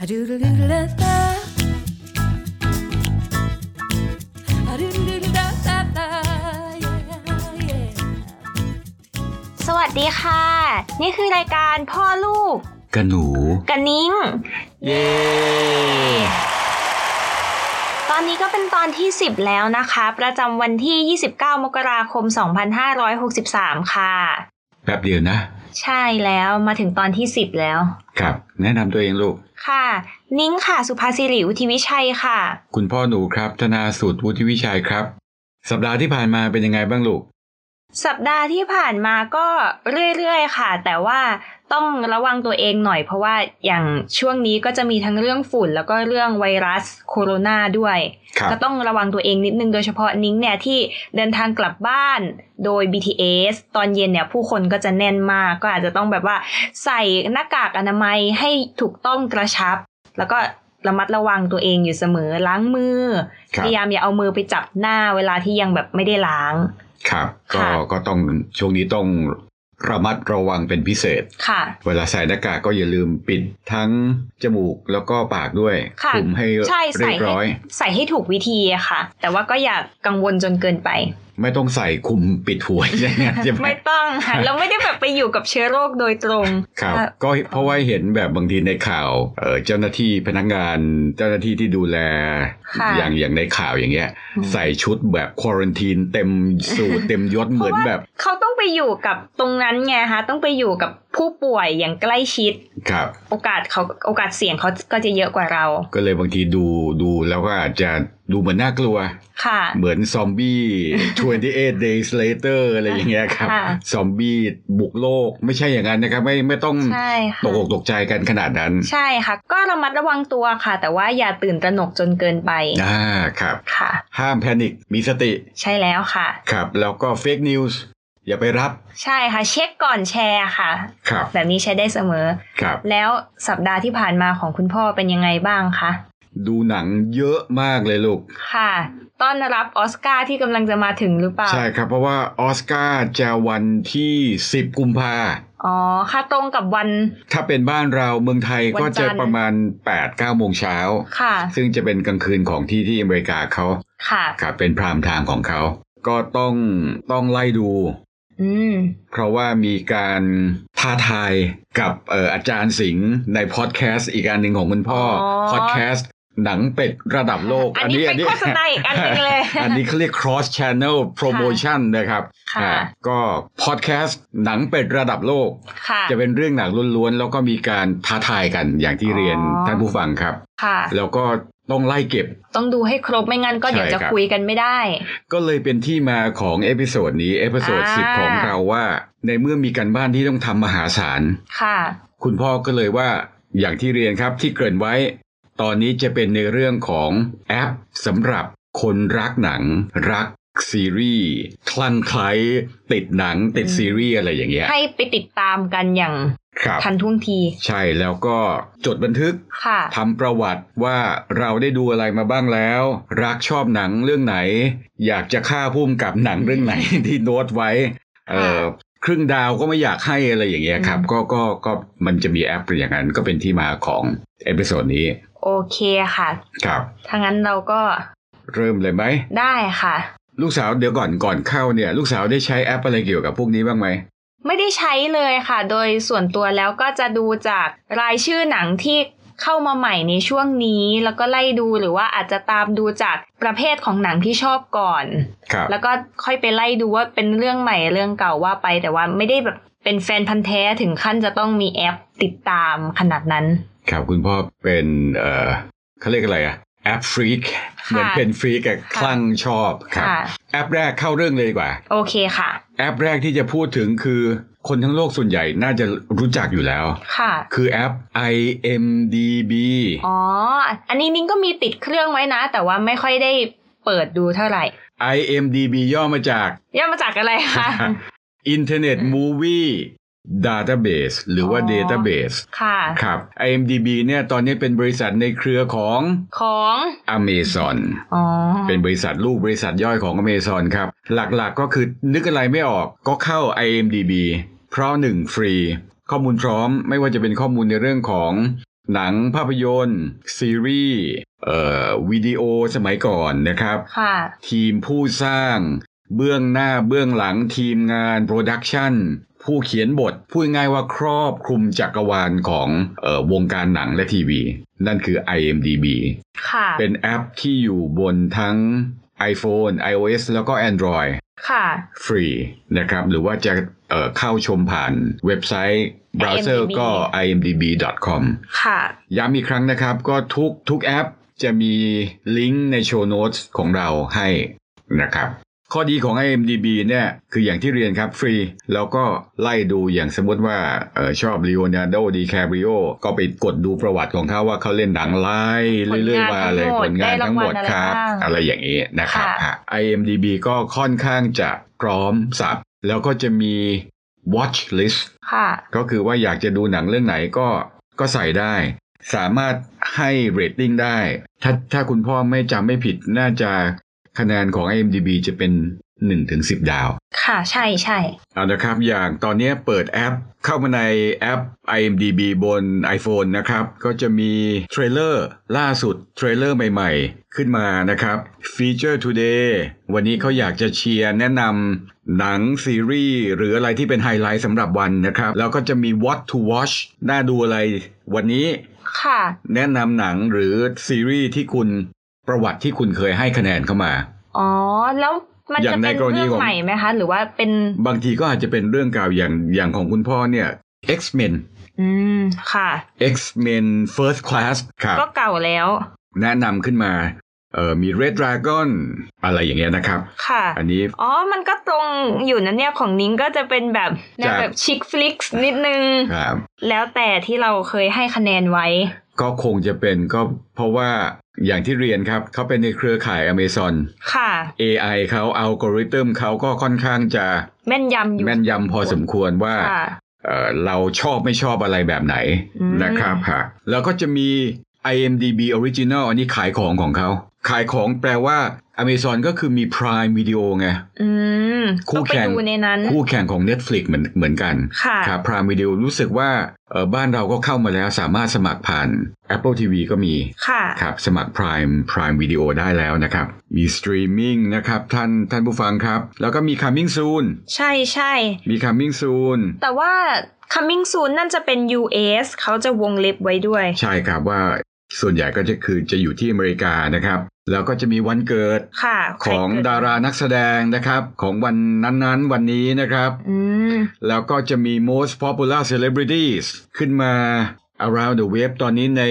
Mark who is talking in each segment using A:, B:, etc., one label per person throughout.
A: A doodle-doodle da. A doodle-doodle da da da. Yeah, yeah.
B: สวัสดีค่ะ นี่คือรายการพ่อลูก
C: กระหนู
B: กันนิ้ง
C: เย้
B: ตอนนี้ก็เป็นตอนที่ 10 แล้วนะคะ ประจำวันที่ 29 มกราคม 2563 ค่ะ
C: แป๊บเดียวนะ
B: ใช่แล้วมาถึงตอนที่ 10 แล้ว
C: ครับ แนะนำตัวเองลูก
B: ค่ะ นิ้งค่ะ สุภาศิริวุฒิวิชัยค่ะ
C: คุณพ่อหนูครับ ธนาสุดวุฒิวิชัยครับ สัปดาห์ที่ผ่านมาเป็นยังไงบ้างลูก
B: สัปดาห์ที่ผ่านมาก็เรื่อยๆค่ะ แต่ว่าต้องระวังตัวเองหน่อย เพราะว่าอย่างช่วงนี้ก็จะมีทั้งเรื่องฝุ่น แล้วก็เรื่องไวรัสโคโรนาด้วย
C: ครับ
B: ก็ต้องระวังตัวเองนิดนึงโดยเฉพาะนิ้งเนี่ยที่เดินทางกลับบ้านโดย BTS ตอนเย็นเนี่ยผู้คนก็จะแน่นมาก ก็อาจจะต้องแบบว่าใส่หน้ากากอนามัยให้ถูกต้องกระชับ แล้วก็ระมัดระวังตัวเองอยู่เสมอล้างมือ
C: ครับ
B: พยายามอย่าเอามือไปจับหน้าเวลาที่ยังแบบไม่ได้ล้าง
C: ครับ ก็
B: ค่ะ
C: ก็ต้องช่วงนี้ต้องระมัดระวังเป็นพิเศษ
B: ค่ะ
C: เวลาใส่หน้ากากก็อย่าลืมปิดทั้งจมูกแล้วก็ปากด้วย
B: ค่ะ
C: คลุมให้
B: ใช่
C: เรี
B: ใส่
C: ยบ
B: ให้
C: ร้อย
B: ใส่ให้ถูกวิธีอะค่ะ แต่ว่าก็อย่ากังวลจนเกิ นไป
C: ไม่ต้องใส่คลุมปิดหัวอย่างนั้นใช่ไหม
B: ไม่ต้อง ค่ะเราไม่ได้แบบไปอยู่กับเชื้อโรคโดยตรง
C: ครับ
B: ค่ะ
C: ก็เพราะว่าเห็นแบบบางทีในข่าวเอ่อเจ้าหน้าที่พนักงาน เจ้าหน้าที่ที่ดูแล
B: ค่ะ
C: อย่างอย่างในข่าวอย่างเงี้ย ใส่ชุดแบบควอรันทีนเต็มสู ทเต็มยศเหมือนแบบ
B: เขาต้องไปอยู่กับตรงนั้นไงฮะต้องไปอยู่กับผู้ป่วยอย่างใกล้ชิด
C: ครับ
B: โอกาสเขาโอกาสเสี่ยงเขาก็จะเยอะกว่าเรา
C: ก็เลยบางทีดูดูแล้วก็อาจจะดูเหมือนน่ากลัว
B: ค่ะ
C: เหมือนซอมบี้28 days later อะไรอย่างเงี้ยครับ
B: ค่ะ
C: ซอมบี้บุกโลกไม่ใช่อย่างนั้นนะครับ ไม่ไม่ต้อง
B: ใช่ค่ะ
C: ตกอกตกใจกันขนาดนั้น
B: ใช่ค่ะ ก็ระมัดระวังตัวค่ะ แต่ว่าอย่าตื่นตระหนกจนเกินไป
C: อ่าครับ
B: ค่ะ
C: ห้ามแพนิคมีสติ
B: ใช่แล้วค่ะ
C: ครับ แล้วก็เฟกนิวส์อย่าไปรับ
B: ใช่ค่ะ เช็คก่อนแชร์ค่ะ
C: ครับ
B: แบบนี้ใช้ได้เสมอ
C: ครับ
B: แล้วสัปดาห์ที่ผ่านมาของคุณพ่อเป็นยังไงบ้างคะ
C: ดูหนังเยอะมากเลยลูก
B: ค่ะ ต้อนรับออสการ์ที่กำลังจะมาถึงหรือเปล่า
C: ใช่ครับ เพราะว่าออสการ์จะวันที่ 10 กุมภา
B: อ๋อค่ะตรงกับวัน
C: ถ้าเป็นบ้านเราเมืองไทยก็
B: วันจั
C: จะ
B: นทร์
C: ประมาณ 8 9โมงเช้า
B: ค่ะ
C: ซึ่งจะเป็นกลางคืนของที่ที่อเมริกาเขา
B: ค่ะ
C: ครับเป็นพรามไทม์ของเขา ก็ต้องต้องไล่ดู
B: อืม
C: เพราะว่ามีการท้าทายกับเอ่ออาจารย์สิงห์ในพอดแคสต์อีกอันหนึ่งของคุณพ่ออ
B: อ
C: พอดแคสต์หนังเป็ดระดับโลก
B: อันนี้เป็นโฆษณาอีกอันหนึงเลย
C: อันนี้เขาเรียก cross channel promotion นะครับ
B: ค่ะ
C: อ่าก็พอดแคสต์หนังเป็ดระดับโลก
B: ค่ะ
C: จะเป็นเรื่องหนังล้วนๆ แล้วก็มีการท้าทายกันอย่างที่เรียน
B: อ๋อ
C: ท่านผู้ฟังครับ
B: ค่ะ
C: แล้วก็ต้องไล่เก็บ
B: ต้องดูให้ครบไม่งั้นก็เดี๋ยว
C: ใช่
B: จะ
C: ครับ
B: คุยกันไม่ได้
C: ก็เลยเป็นที่มาของเอพิโซดนี้เอพิโซด
B: อ่า
C: สิบของเราว่า ในเมื่อมีการบ้านที่ต้องทำมหาศาล
B: ค่ะ
C: คุณพ่อก็เลยว่าอย่างที่เรียนครับที่เกริ่นไว้ ตอนนี้จะเป็นในเรื่องของแอปสำหรับคนรักหนัง รักซีรีส์คลั่งไคล้ติดหนังติดซีรีส์อะไรอย่างเงี้ย
B: ให้ไปติดตามกันอย่าง
C: ครับ
B: ทันท่วงที
C: ใช่แล้วก็จดบันทึก
B: ค่ะ
C: ทำประวัติว่าเราได้ดูอะไรมาบ้างแล้ว รักชอบหนังเรื่องไหน อยากจะฆ่าพุ่มกับหนังเรื่องไหน ที่โน้ตไว้เออครึ่งดาวก็ไม่อยากให้อะไรอย่างเงี้ยครับ
B: อืม
C: ก็ก็ก็มันจะมีแอปอย่างนั้นก็เป็นที่มาของเอพิโซดนี้
B: โอเคค่ะ
C: ครับ
B: ถ้างั้นเราก็
C: เริ่มเลยไหม
B: ได้ค่ะ
C: ลูกสาวเดี๋ยวก่อนก่อนเข้าเนี่ย ลูกสาวได้ใช้แอปอะไรเกี่ยวกับพวกนี้บ้างไหม
B: ไม่ได้ใช้เลยค่ะ โดยส่วนตัวแล้วก็จะดูจากรายชื่อหนังที่เข้ามาใหม่ในช่วงนี้ แล้วก็ไล่ดูหรือว่าอาจจะตามดูจากประเภทของหนังที่ชอบก่อน
C: ครับ
B: แล้วก็ค่อยไปไล่ดูว่าเป็นเรื่องใหม่เรื่องเก่าว่าไป แต่ว่าไม่ได้แบบเป็นแฟนพันธ์แท้ถึงขั้นจะต้องมีแอปติดตามขนาดนั้น
C: ครับคุณพ่อเป็นเออเขาเรียกอะไรอะแอปฟรีกเหมือนเป็นฟรีกอะคลั่งชอบครับ
B: ค่ะ
C: แอปแรกเข้าเรื่องเลยดีกว่า
B: โอเคค่ะ
C: แอปแรกที่จะพูดถึงคือ คนทั้งโลกส่วนใหญ่น่าจะรู้จักอยู่แล้ว
B: ค่ะ
C: คือแอป IMDB
B: อ๋อ อันนี้นิ้งก็มีติดเครื่องไว้นะ แต่ว่าไม่ค่อยได้เปิดดูเท่าไหร่
C: IMDB ย่อมาจาก
B: ย่ามาจากอะไรคะ
C: Internet Movie Database หรือว่า
B: อ๋อ
C: Database
B: ค่ะ
C: ครับ IMDB เนี่ยตอนนี้เป็นบริษัทในเครือของ
B: ของ
C: Amazon
B: อ๋อ
C: เป็นบริษัทลูกบริษัทย่อยของ Amazon ครับ หลักๆก็คือนึกอะไรไม่ออกก็เข้า IMDB เพราะ 1 ฟรี ข้อมูลพร้อมไม่ว่าจะเป็นข้อมูลในเรื่องของ หนังภาพยนตร์ ซีรีส์เอ่อวิดีโอสมัยก่อนนะครับ
B: ค่ะ
C: ทีมผู้สร้าง เบื้องหน้าเบื้องหลังทีมงานโปรดักชันผู้เขียนบท พูดง่ายว่าครอบคลุมจักรวาลของเออวงการหนังและทีวี นั่นคือ IMDB
B: ค่ะ
C: เป็นแอปที่อยู่บนทั้ง iPhone iOS แล้วก็ Android
B: ค่ะ
C: ฟรีนะครับ หรือว่าจะเอ่อเข้าชมผ่านเว็บไซต์ เบราว์เซอร์
B: IMDb
C: ก็ imdb.com
B: ค่ะ
C: ย้ำอีกครั้งนะครับ ก็ทุกทุกแอปจะมีลิงก์ในโชว์โน้ตของเราให้นะครับ ข้อดีของ IMDB เนี่ยคืออย่างที่เรียนครับฟรี แล้วก็ไล่ดูอย่างสมมติว่าเออชอบ Leonardo DiCaprio ก็ไปกดดูประวัติของเขาว่าเขาเล่นหนังไล่เรื่อยๆมาเลยผ
B: ผ
C: ลงาง
B: ลานนทั้
C: ทั้ง
B: ง
C: ห
B: ห
C: ม
B: ม
C: ด
B: ด
C: ครับ
B: ได้รางวัลอะไรบ้าง
C: อะไรอย่างนี้นะครับ
B: ค่ะ
C: อ่ะ IMDB ก็ค่อนข้างจะพร้อมสับแล้วก็จะมี watch list
B: ค่ะ
C: ก็คือว่าอยากจะดูหนังเรื่องไหนก็ก็ใส่ได้ สามารถให้เรตติ้งได้ ถ้าถ้าคุณพ่อไม่จำไม่ผิดน่าจะคะแนนของ IMDB จะเป็น 1-10 ดาว
B: ค่ะ ใช่ใช่
C: เอาละครับ อย่างตอนนี้เปิดแอปเข้ามาในแอป IMDB บน iPhone นะครับ ก็จะมีเทรลเลอร์ล่าสุดเทรลเลอร์ใหม่ๆ ขึ้นมานะครับฟีเจอร์ Today วันนี้เขาอยากจะเชียร์แนะนำหนังซีรีส์หรืออะไรที่เป็นไฮไลท์สำหรับวันนะครับ แล้วก็จะมี What to Watch น่าดูอะไร วันนี้
B: ค่ะ
C: แนะนำหนังหรือซีรีส์ที่คุณประวัติที่คุณเคยให้คะแนนเข้ามา
B: อ๋อ แล้วมัน
C: อย่า
B: จะ
C: งใน
B: เป็น
C: กรณี
B: เรื่อง
C: ของ
B: ใหม่ไหมคะ หรือว่าเป็น
C: บางทีก็อาจจะเป็นเรื่องเก่าอย่างอย่างของคุณพ่อเนี่ย X-Men
B: อืม ค่ะ
C: X-Men First Class ครับ
B: ก็เก่าแล้ว
C: แนะนำขึ้นมาเออมี Red Dragon อะไรอย่างเงี้ยนะครับ
B: ค่ะ
C: อันนี้
B: อ๋อ มันก็ตรงอยู่นะเนี่ยของนิ้งก็จะเป็นแบบแนว
C: จาก
B: แบบชิคฟลิกส์นิดนึง
C: ครับ
B: แล้วแต่ที่เราเคยให้คะแนนไว้
C: ก็คงจะเป็นก็เพราะว่าอย่างที่เรียนครับ เขาเป็นในเครือข่าย Amazon
B: ค่ะ
C: AI เขาอัลกอริทึมเขาก็ค่อนข้างจะ
B: แม่นยำอยู่
C: แม่นยำพอสมควรว่า
B: ค่ะ
C: เอ่อเราชอบไม่ชอบอะไรแบบไหน
B: อืม
C: นะครับฮะแล้วก็จะมี IMDB Original อันนี้ขายของของเขา ขายของแปลว่า Amazon ก็คือมี Prime Video ไง
B: อืม
C: คู่
B: ก็ไป
C: แข่ง
B: ดูในนั้น
C: คู่แข่งของ Netflix เหมือนเหมือนกัน
B: ค่ะ
C: ครับพรามวิดีโอรู้สึกว่าเออบ้านเราก็เข้ามาแล้วสามารถสมัครผ่าน Apple TV ก็มี
B: ค่ะ
C: ครับสมัคร Prime Prime Video ได้แล้วนะครับ มีสตรีมมิ่งนะครับท่านท่านผู้ฟังครับ แล้วก็มี Coming Soon
B: ใช่ใช่
C: มี Coming Soon
B: แต่ว่า coming soon นั่นจะเป็น US เขาจะวงเล็บไว้ด้วย
C: ใช่ครับว่าส่วนใหญ่ก็จะคือจะอยู่ที่อเมริกานะครับ แล้วก็จะมีวันเกิด
B: ค่ะ
C: ข
B: ใคร
C: อง
B: เกิ
C: ดารานักแสดงนะครับ ของวันนั้นๆ วันนี้นะครับ
B: อืม
C: แล้วก็จะมี most popular celebrities ขึ้นมา around the web ตอนนี้ใน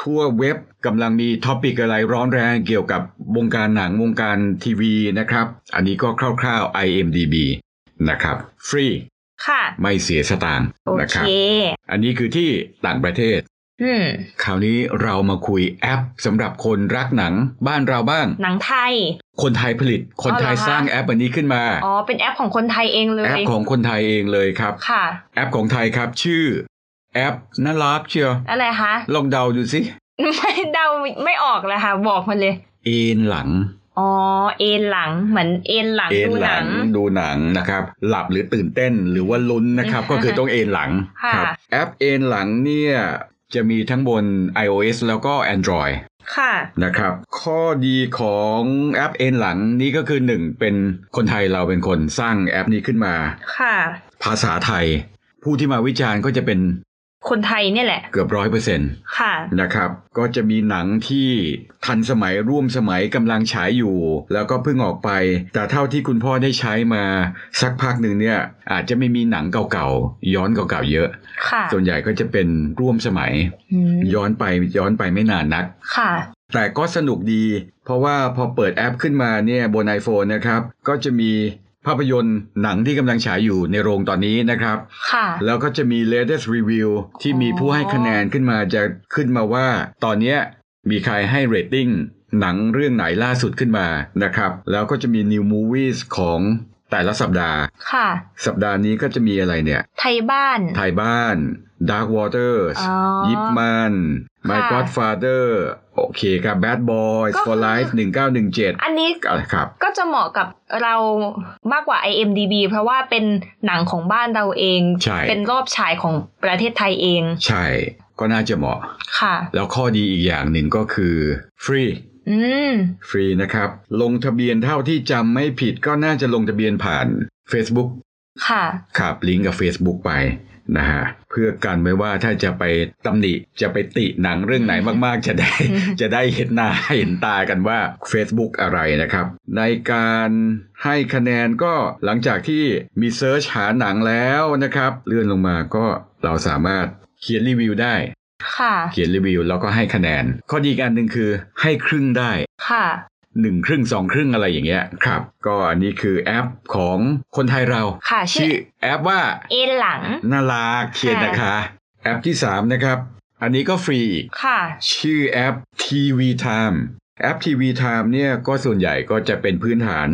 C: ทั่วเว็บกำลังมีท็อปิกอะไรร้อนแรงเกี่ยวกับวงการหนังวงการทีวีนะครับ อันนี้ก็คร่าวๆ IMDB นะครับ ฟรี
B: ค่ะ
C: ไม่เสียสตางค์
B: โอ
C: นะค
B: เค
C: รับ อันนี้คือที่ต่างประเทศ
B: อืม
C: คราวนี้เรามาคุยแอปสำหรับคนรักหนังบ้านเราบ้าง
B: หนังไทย
C: คนไทยผลิต คนไทย
B: อ๋อเหรอคะ
C: สร้างแอปอันนี้ขึ้นมา
B: อ๋อ เป็นแอปของคนไทยเองเล
C: แอป
B: ย
C: ของคนไทยเองเลยครับ
B: ค่ะ
C: แอปของไทยครับ ชื่อ แอปน่ารักเชียว
B: อะไรคะ
C: ลองเดาดูสิ
B: ไม่เดาไม่ออกเลยค่ะ บอกมาเลย
C: เอนหลัง
B: อ๋อ เอ็นหลัง เหมือนเอ็นหลัง
C: เอน
B: ดู
C: ห
B: ห
C: ลั
B: นั
C: ง
B: ง
C: ดูหนังนะครับ หลับหรือตื่นเต้นหรือว่าลุ้นนะครับ ก็คือต้องเอนหลัง
B: ค่ะ
C: ครับแอปเอนหลังเนี่ย จะมีทั้งบน iOS แล้วก็ Android
B: ค่ะ
C: นะครับ ข้อดีของแอปเอนหลังนี้ก็คือหนึ่งเป็นคนไทยเราเป็นคนสร้างแอปนี้ขึ้นมา
B: ค่ะ
C: ภาษาไทย ผู้ที่มาวิจารณ์ก็จะเป็น
B: คนไทยเนี่ยแหละ
C: เกือบร้อยเปอร์เซ็นต์
B: ค่ะ
C: นะครับ ก็จะมีหนังที่ทันสมัยร่วมสมัยกำลังฉายอยู่ แล้วก็เพิ่งออกไป แต่เท่าที่คุณพ่อได้ใช้มาสักพักหนึ่งเนี่ย อาจจะไม่มีหนังเก่าๆ ย้อนเก่าๆเยอะ
B: ค่ะ
C: ส่วนใหญ่ก็จะเป็นร่วมสมัย
B: อืม
C: ย้อนไปย้อนไปไม่นานนัก
B: ค่ะ
C: แต่ก็สนุกดี เพราะว่าพอเปิดแอปขึ้นมาเนี่ยบน iPhone นะครับ ก็จะมีภาพยนตร์หนังที่กำลังฉายอยู่ในโรงตอนนี้นะครับ
B: ค่ะ
C: แล้วก็จะมี latest review ที่มีผู้ให้คะแนนขึ้นมาจะขึ้นมาว่า ตอนเนี้ยมีใครให้ rating หนังเรื่องไหนล่าสุดขึ้นมานะครับ แล้วก็จะมี new movies ของแต่ละสัปดาห์
B: ค่ะ
C: สัปดาห์นี้ก็จะมีอะไรเนี่ย
B: ไทยบ้าน
C: ไทยบ้าน Dark Waters
B: อ๋อ
C: ยิปมัน My
B: ค่ะ
C: Godfather โอเคครับ Bad Boys
B: ก็คื
C: for
B: อ
C: Life 1917
B: อันนี้
C: อ่ะครับ
B: ก็จะเหมาะกับเรามากกว่า IMDB เพราะว่าเป็นหนังของบ้านเราเอง
C: ใช่
B: เป็นรอบฉายของประเทศไทยเอง
C: ใช่ก็น่าจะเหมาะ
B: ค่ะ
C: แล้วข้อดีอีกอย่างหนึ่งก็คือฟรี
B: อืม
C: ฟรีนะครับ ลงทะเบียนเท่าที่จำไม่ผิดก็น่าจะลงทะเบียนผ่าน Facebook
B: ค่ะ
C: ครับลิงก์กับ Facebook ไปนะฮะเพื่อกันไว้ว่าถ้าจะไปตำหนิจะไปติหนังเรื่องไหนมากๆ จะได้ จะได้เห็นหน้าเห็นตากันว่า Facebook อะไรนะครับ ในการให้คะแนนก็หลังจากที่มีเซิร์ชหาหนังแล้วนะครับ เลื่อนลงมาก็เราสามารถเขียนรีวิวได้
B: ค่ะ
C: เขียนรีวิวแล้วก็ให้คะแนน ข้อดีอีกอันหนึ่งคือให้ครึ่งได้
B: ค่ะ
C: หนึ่งครึ่งสองครึ่งอะไรอย่างเงี้ยครับ ก็อันนี้คือแอปของคนไทยเรา
B: ค่ะชื่อ
C: แอปว่า
B: เอนหลัง
C: น่ารักเขียนนะคะ แอปที่สามนะครับ อันนี้ก็ฟรีอีก
B: ค่ะ
C: ชื่อแอป TV Time แอป TV Time เนี่ยก็ส่วนใหญ่ก็จะเป็นพื้นฐาน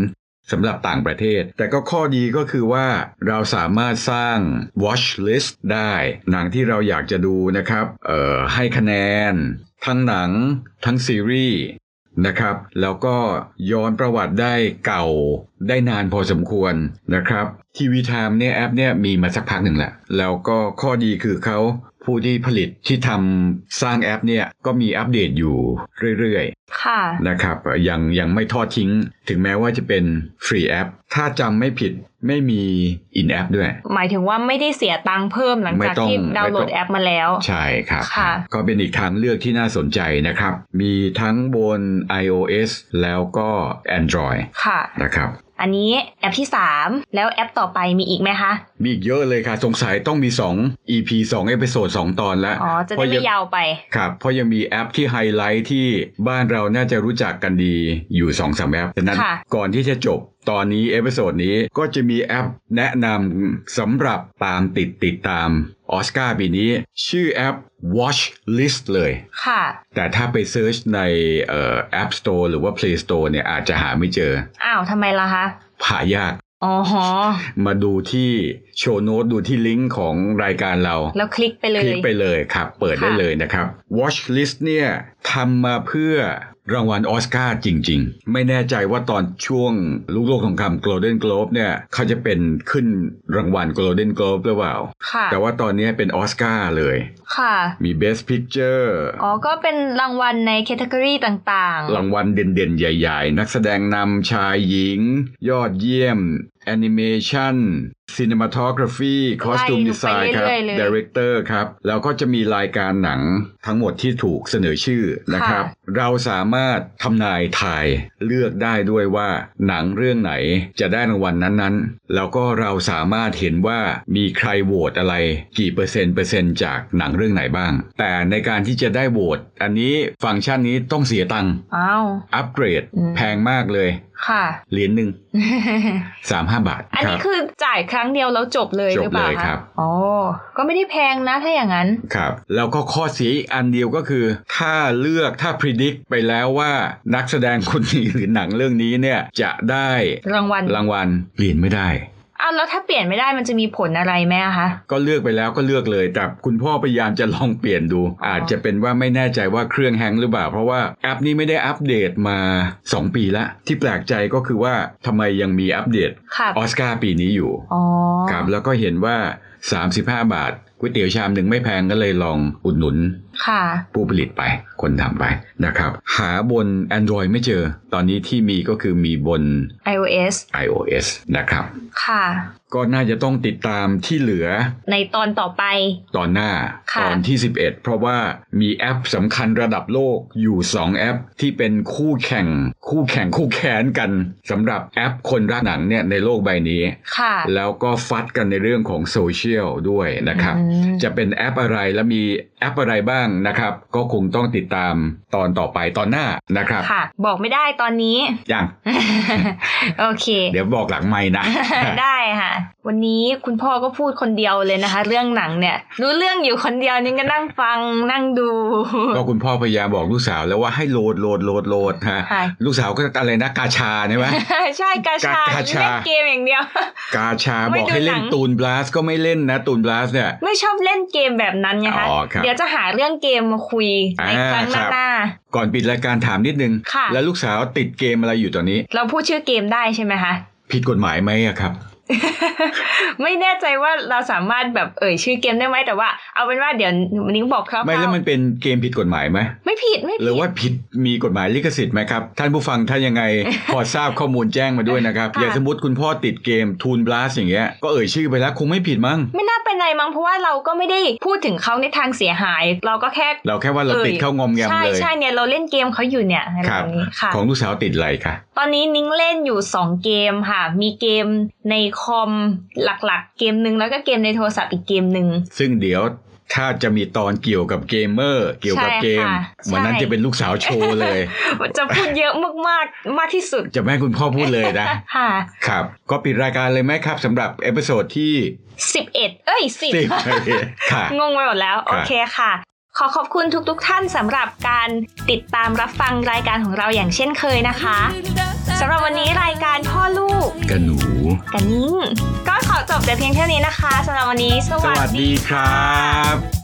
C: สำหรับต่างประเทศ แต่ก็ข้อดีก็คือว่าเราสามารถสร้าง watch list ได้ หนังที่เราอยากจะดูนะครับ เอ่อ ให้คะแนน ทั้งหนังทั้งซีรีส์นะครับ แล้วก็ย้อนประวัติได้เก่าได้นานพอสมควรนะครับ TV Time เนี่ยแอปเนี่ยมีมาสักพักหนึ่งแหละ แล้วก็ข้อดีคือเขา ผู้ที่ผลิตที่ทำสร้างแอปเนี่ยก็มีอัปเดตอยู่เรื่อย
B: ค่ะ
C: ๆนะครับเอ่อยังยังไม่ทอดทิ้ง ถึงแม้ว่าจะเป็นฟรีแอป ถ้าจำไม่ผิดไม่มีอินแอปด้วย
B: หมายถึงว่าไม่ได้เสียตังค์เพิ่มหลัง
C: ไม่
B: จาก
C: ต้อง
B: ที่ดาวน์โหล
C: ไม่
B: ด
C: ต้อง
B: แอปมาแล้ว
C: ใช่ครับ
B: ค่ะ
C: ก็เป็นอีกทางเลือกที่น่าสนใจนะครับ มีทั้งบน iOS แล้วก็ Android
B: ค่ะ
C: นะครับ
B: อันนี้แอปที่ 3 แล้วแอปต่อไปมีอีกไหมคะ
C: มีอีกเยอะเลยค่ะ สงสัยต้องมี 2 EP 2เอพิโซด2ตอนแล้ว
B: อ๋อ จะได้ไม่ยาวไป
C: ครับเพราะยังมีแอปที่ไฮไลท์ที่บ้านเราน่าจะรู้จักกันดีอยู่2อสามแอปฉะนั้น
B: ค่ะ
C: ก่อนที่จะจบตอนนี้เอพิโซดนี้ก็จะมีแอปแนะนำสำหรับตามติดติดตามออสการ์ปีนี้ ชื่อแอป Watch List เลย
B: ค่ะ
C: แต่ถ้าไปเซิร์ชในเอ่อ App Store หรือว่า Play Store เนี่ยอาจจะหาไม่เจอ
B: อ้าวทำไมล่ะคะ
C: หายาก
B: อ๋อ
C: มาดูที่โชว์โน้ตดูที่ลิงก์ของรายการเรา
B: แล้วคลิกไปเล
C: คลิ
B: ย
C: กไปเลยครับ เปิดได้
B: ค่ะ
C: เลยนะครับ Watch List เนี่ยทำมาเพื่อรางวัลออสการ์จริง ๆ ไม่แน่ใจว่าตอนช่วงลูกโลกของคำ Golden Globe เนี่ยเขาจะเป็นขึ้นรางวัล Golden Globe หรือเปล่า
B: ค่ะ
C: แต่ว่าตอนนี้เป็นออสการ์เลย
B: ค่ะ
C: มี Best Picture
B: อ๋อ ก็เป็นรางวัลในแคตตากรีต่าง
C: รางวัลเด่นๆ ใหญ่ๆ นักแสดงนำชายหญิง ยอดเยี่ยม Animation Cinematography Costume Design ครับ Director ครับ แล้วก็จะมีรายการหนังทั้งหมดที่ถูกเสนอชื่อนะครับ เราสามารถทำนายทายเลือกได้ด้วยว่าหนังเรื่องไหนจะได้รางวัลนั้นๆ แล้วก็เราสามารถเห็นว่ามีใครโหวตอะไรกี่เปอร์เซ็นต์เปอร์เซ็นต์จากหนังเรื่องไหนบ้าง แต่ในการที่จะได้โหวตอันนี้ฟังก์ชันนี้ต้องเสียตังค์
B: ๆ อ้าว
C: อัปเกรด
B: อืม
C: แพงมากเลย
B: ค่ะ
C: เหรียญ หนึ่งสามห้าบาท
B: อัน
C: ครั
B: นี้
C: บ
B: คือจ่ายครั้งเดียวแล้วจบเลย
C: จบ
B: หรือเป
C: เลย
B: ล่าะ
C: ครับ
B: อ๋อ ก็ไม่ได้แพงนะถ้าอย่างนั้น
C: ครับแล้วก็ข้อเสียอีกอันเดียวก็คือ ถ้าเลือกถ้าพิจิตไปแล้วว่านักแสดงคนนี้ หรือหนังเรื่องนี้เนี่ยจะได้
B: รางวัล
C: รางวัลเปลี่ยนไม่ได้
B: อ้าวแล้วถ้าเปลี่ยนไม่ได้มันจะมีผลอะไรไหมอะคะ
C: ก็เลือกไปแล้วก็เลือกเลยแต่คุณพ่อพยายามจะลองเปลี่ยนดู อาจจะเป็นว่าไม่แน่ใจว่าเครื่องแฮงก์หรือเปล่า เพราะว่าแอปนี้ไม่ได้อัปเดตมา 2 ปีละที่แปลกใจก็คือว่าทำไมยังมีอัปเดต
B: ค่ะ
C: ออสการ์ปีนี้อยู่
B: อ๋อ
C: ครับแล้วก็เห็นว่า 35 บาทก๋วยเตี๋ยวชามหนึ่งไม่แพงก็เลยลองอุดหนุน
B: ค่ะ
C: ผู้ผลิตไป คนทำไปนะครับ หาบน Android ไม่เจอ ตอนนี้ที่มีก็คือมีบน
B: iOS
C: iOS นะครับ
B: ค่ะ
C: ก็น่าจะต้องติดตามที่เหลือ
B: ในตอนต่อไป
C: ตอนหน้า
B: ค่ะ
C: ตอนที่ 11 เพราะว่ามีแอปสำคัญระดับโลกอยู่ 2 แอปที่เป็นคู่แข่ง คู่แข่งคู่แค้นกันสำหรับแอปคนรักหนังเนี่ยในโลกใบนี้
B: ค่ะ
C: แล้วก็ฟัดกันในเรื่องของโซเชียลด้วยนะครับ
B: อืม
C: จะเป็นแอปอะไรและมีแอปอะไรบ้างนะครับ ก็คงต้องติดตามตอนต่อไปตอนหน้านะครับ
B: ค่ะ บอกไม่ได้ตอนนี้
C: ยัง
B: โอเค
C: เดี๋ยวบอกหลังไม่นะ
B: ได้ค่ะ วันนี้คุณพ่อก็พูดคนเดียวเลยนะคะ เรื่องหนังเนี่ย รู้เรื่องอยู่คนเดียวนี่ก็นั่งฟังนั่งดู
C: ก็คุณพ่อพยายามบอกลูกสาวแล้วว่าให้โหลดโหลดโหลดโหลดฮะ
B: ค่ะ
C: ลูกสาวก็อะไรนะกาชา ใช่ไหม
B: ใช่กาชา
C: การ์ดกาชา
B: เล่นเกมอย่างเดียว
C: กาชา
B: ไม่
C: บอก
B: ดู
C: ให้
B: ห
C: เล่
B: นั
C: น
B: ง
C: ตูนบลัสก็ไม่เล่นนะตูนบลัสเนี่ย
B: ไม่ชอบเล่นเกมแบบนั้นไงคะ
C: อ๋อครับ
B: เดี๋ยวจะหาเรื่อง เกมมาคุยในครั้งห
C: อ่าครับ
B: น้า
C: ก่อนปิดรายการถามนิดนึง
B: ค่ะ
C: แล้วลูกสาวติดเกมอะไรอยู่ตอนนี้
B: ๆเราพูดชื่อเกมได้ใช่ไหมคะ
C: ผิดกฎหมายไหมอะครับ
B: ไม่แน่ใจว่าเราสามารถแบบเอ่ยชื่อเกมได้ไหมแต่ว่าเอาเป็นว่าเดี๋ยวนิ้งบอกคร่าวๆ
C: ไม่แล้วมันเป็นเกมผิดกฎหมายไหม
B: ไม่ผิดไม่
C: ห
B: ผิ
C: รือ
B: ด
C: ว่าผิดมีกฎหมายลิขสิทธิ์ไหมครับ ท่านผู้ฟังถ้ายั งไง พอทราบข้อมูลแจ้งมาด้วยนะครับ
B: ค่ะ
C: อย่างสมมติคุณพ่อติดเกมทูนบลัสอย่างเงี้ยก็เอ่ยชื่อไปแล้วคงไม่ผิดมั้ง
B: ไม่น่าเป็นไรมั้งเพราะว่าเราก็ไม่ได้พูดถึงเขาในทางเสียหาย เราก็แค่
C: เราแค่ว่าเราติด
B: เอ่ย
C: เข้างอมแงม
B: ใช่
C: เลย
B: ใช่เนี่ยเราเล่นเกมเขาอยู่เนี่ยอะไร
C: ครั
B: แบบ บนี้ค่ะ
C: ของลูกสาวติดอะไรคะ
B: ตอนนี้นิ้งเล่นอยู่ 2 เกมค่ะ มีเกมในคอมหลักๆ เกมหนึ่งแล้วก็เกมในโทรศัพท์อีกเกมหนึ่ง
C: ซึ่งเดี๋ยวถ้าจะมีตอนเกี่ยวกับเกมเมอร์ เกี่ยวกับ
B: ใช่
C: เกม
B: ค่ะ
C: วันนั้น
B: ใช่
C: จะเป็นลูกสาวโชว์เลย
B: จะพูดเยอะมากๆ มากที่สุด
C: จะไม่ให้คุณพ่อพูดเลยนะ
B: ค่ะ
C: ครับ ก็ปิดรายการเลยไหมครับสำหรับเอพิโซดที่
B: 11 เอ้ย
C: สิบ
B: 10
C: ค่ะ
B: งงไปหมดแล้ว โอเคค่ะ ขอขอบคุณทุกๆทท่านสำหรับการติดตามรับฟังรายการของเราอย่างเช่นเคยนะคะสำหรับวันนี้รายการพ่อลูก
C: กันหนู
B: กันนิ้งก็ขอจบแต่เพียงเท่านี้นะคะสำหรับวันนี้ ส
C: ส
B: วัส
C: วัส
B: ดี
C: ดีครับ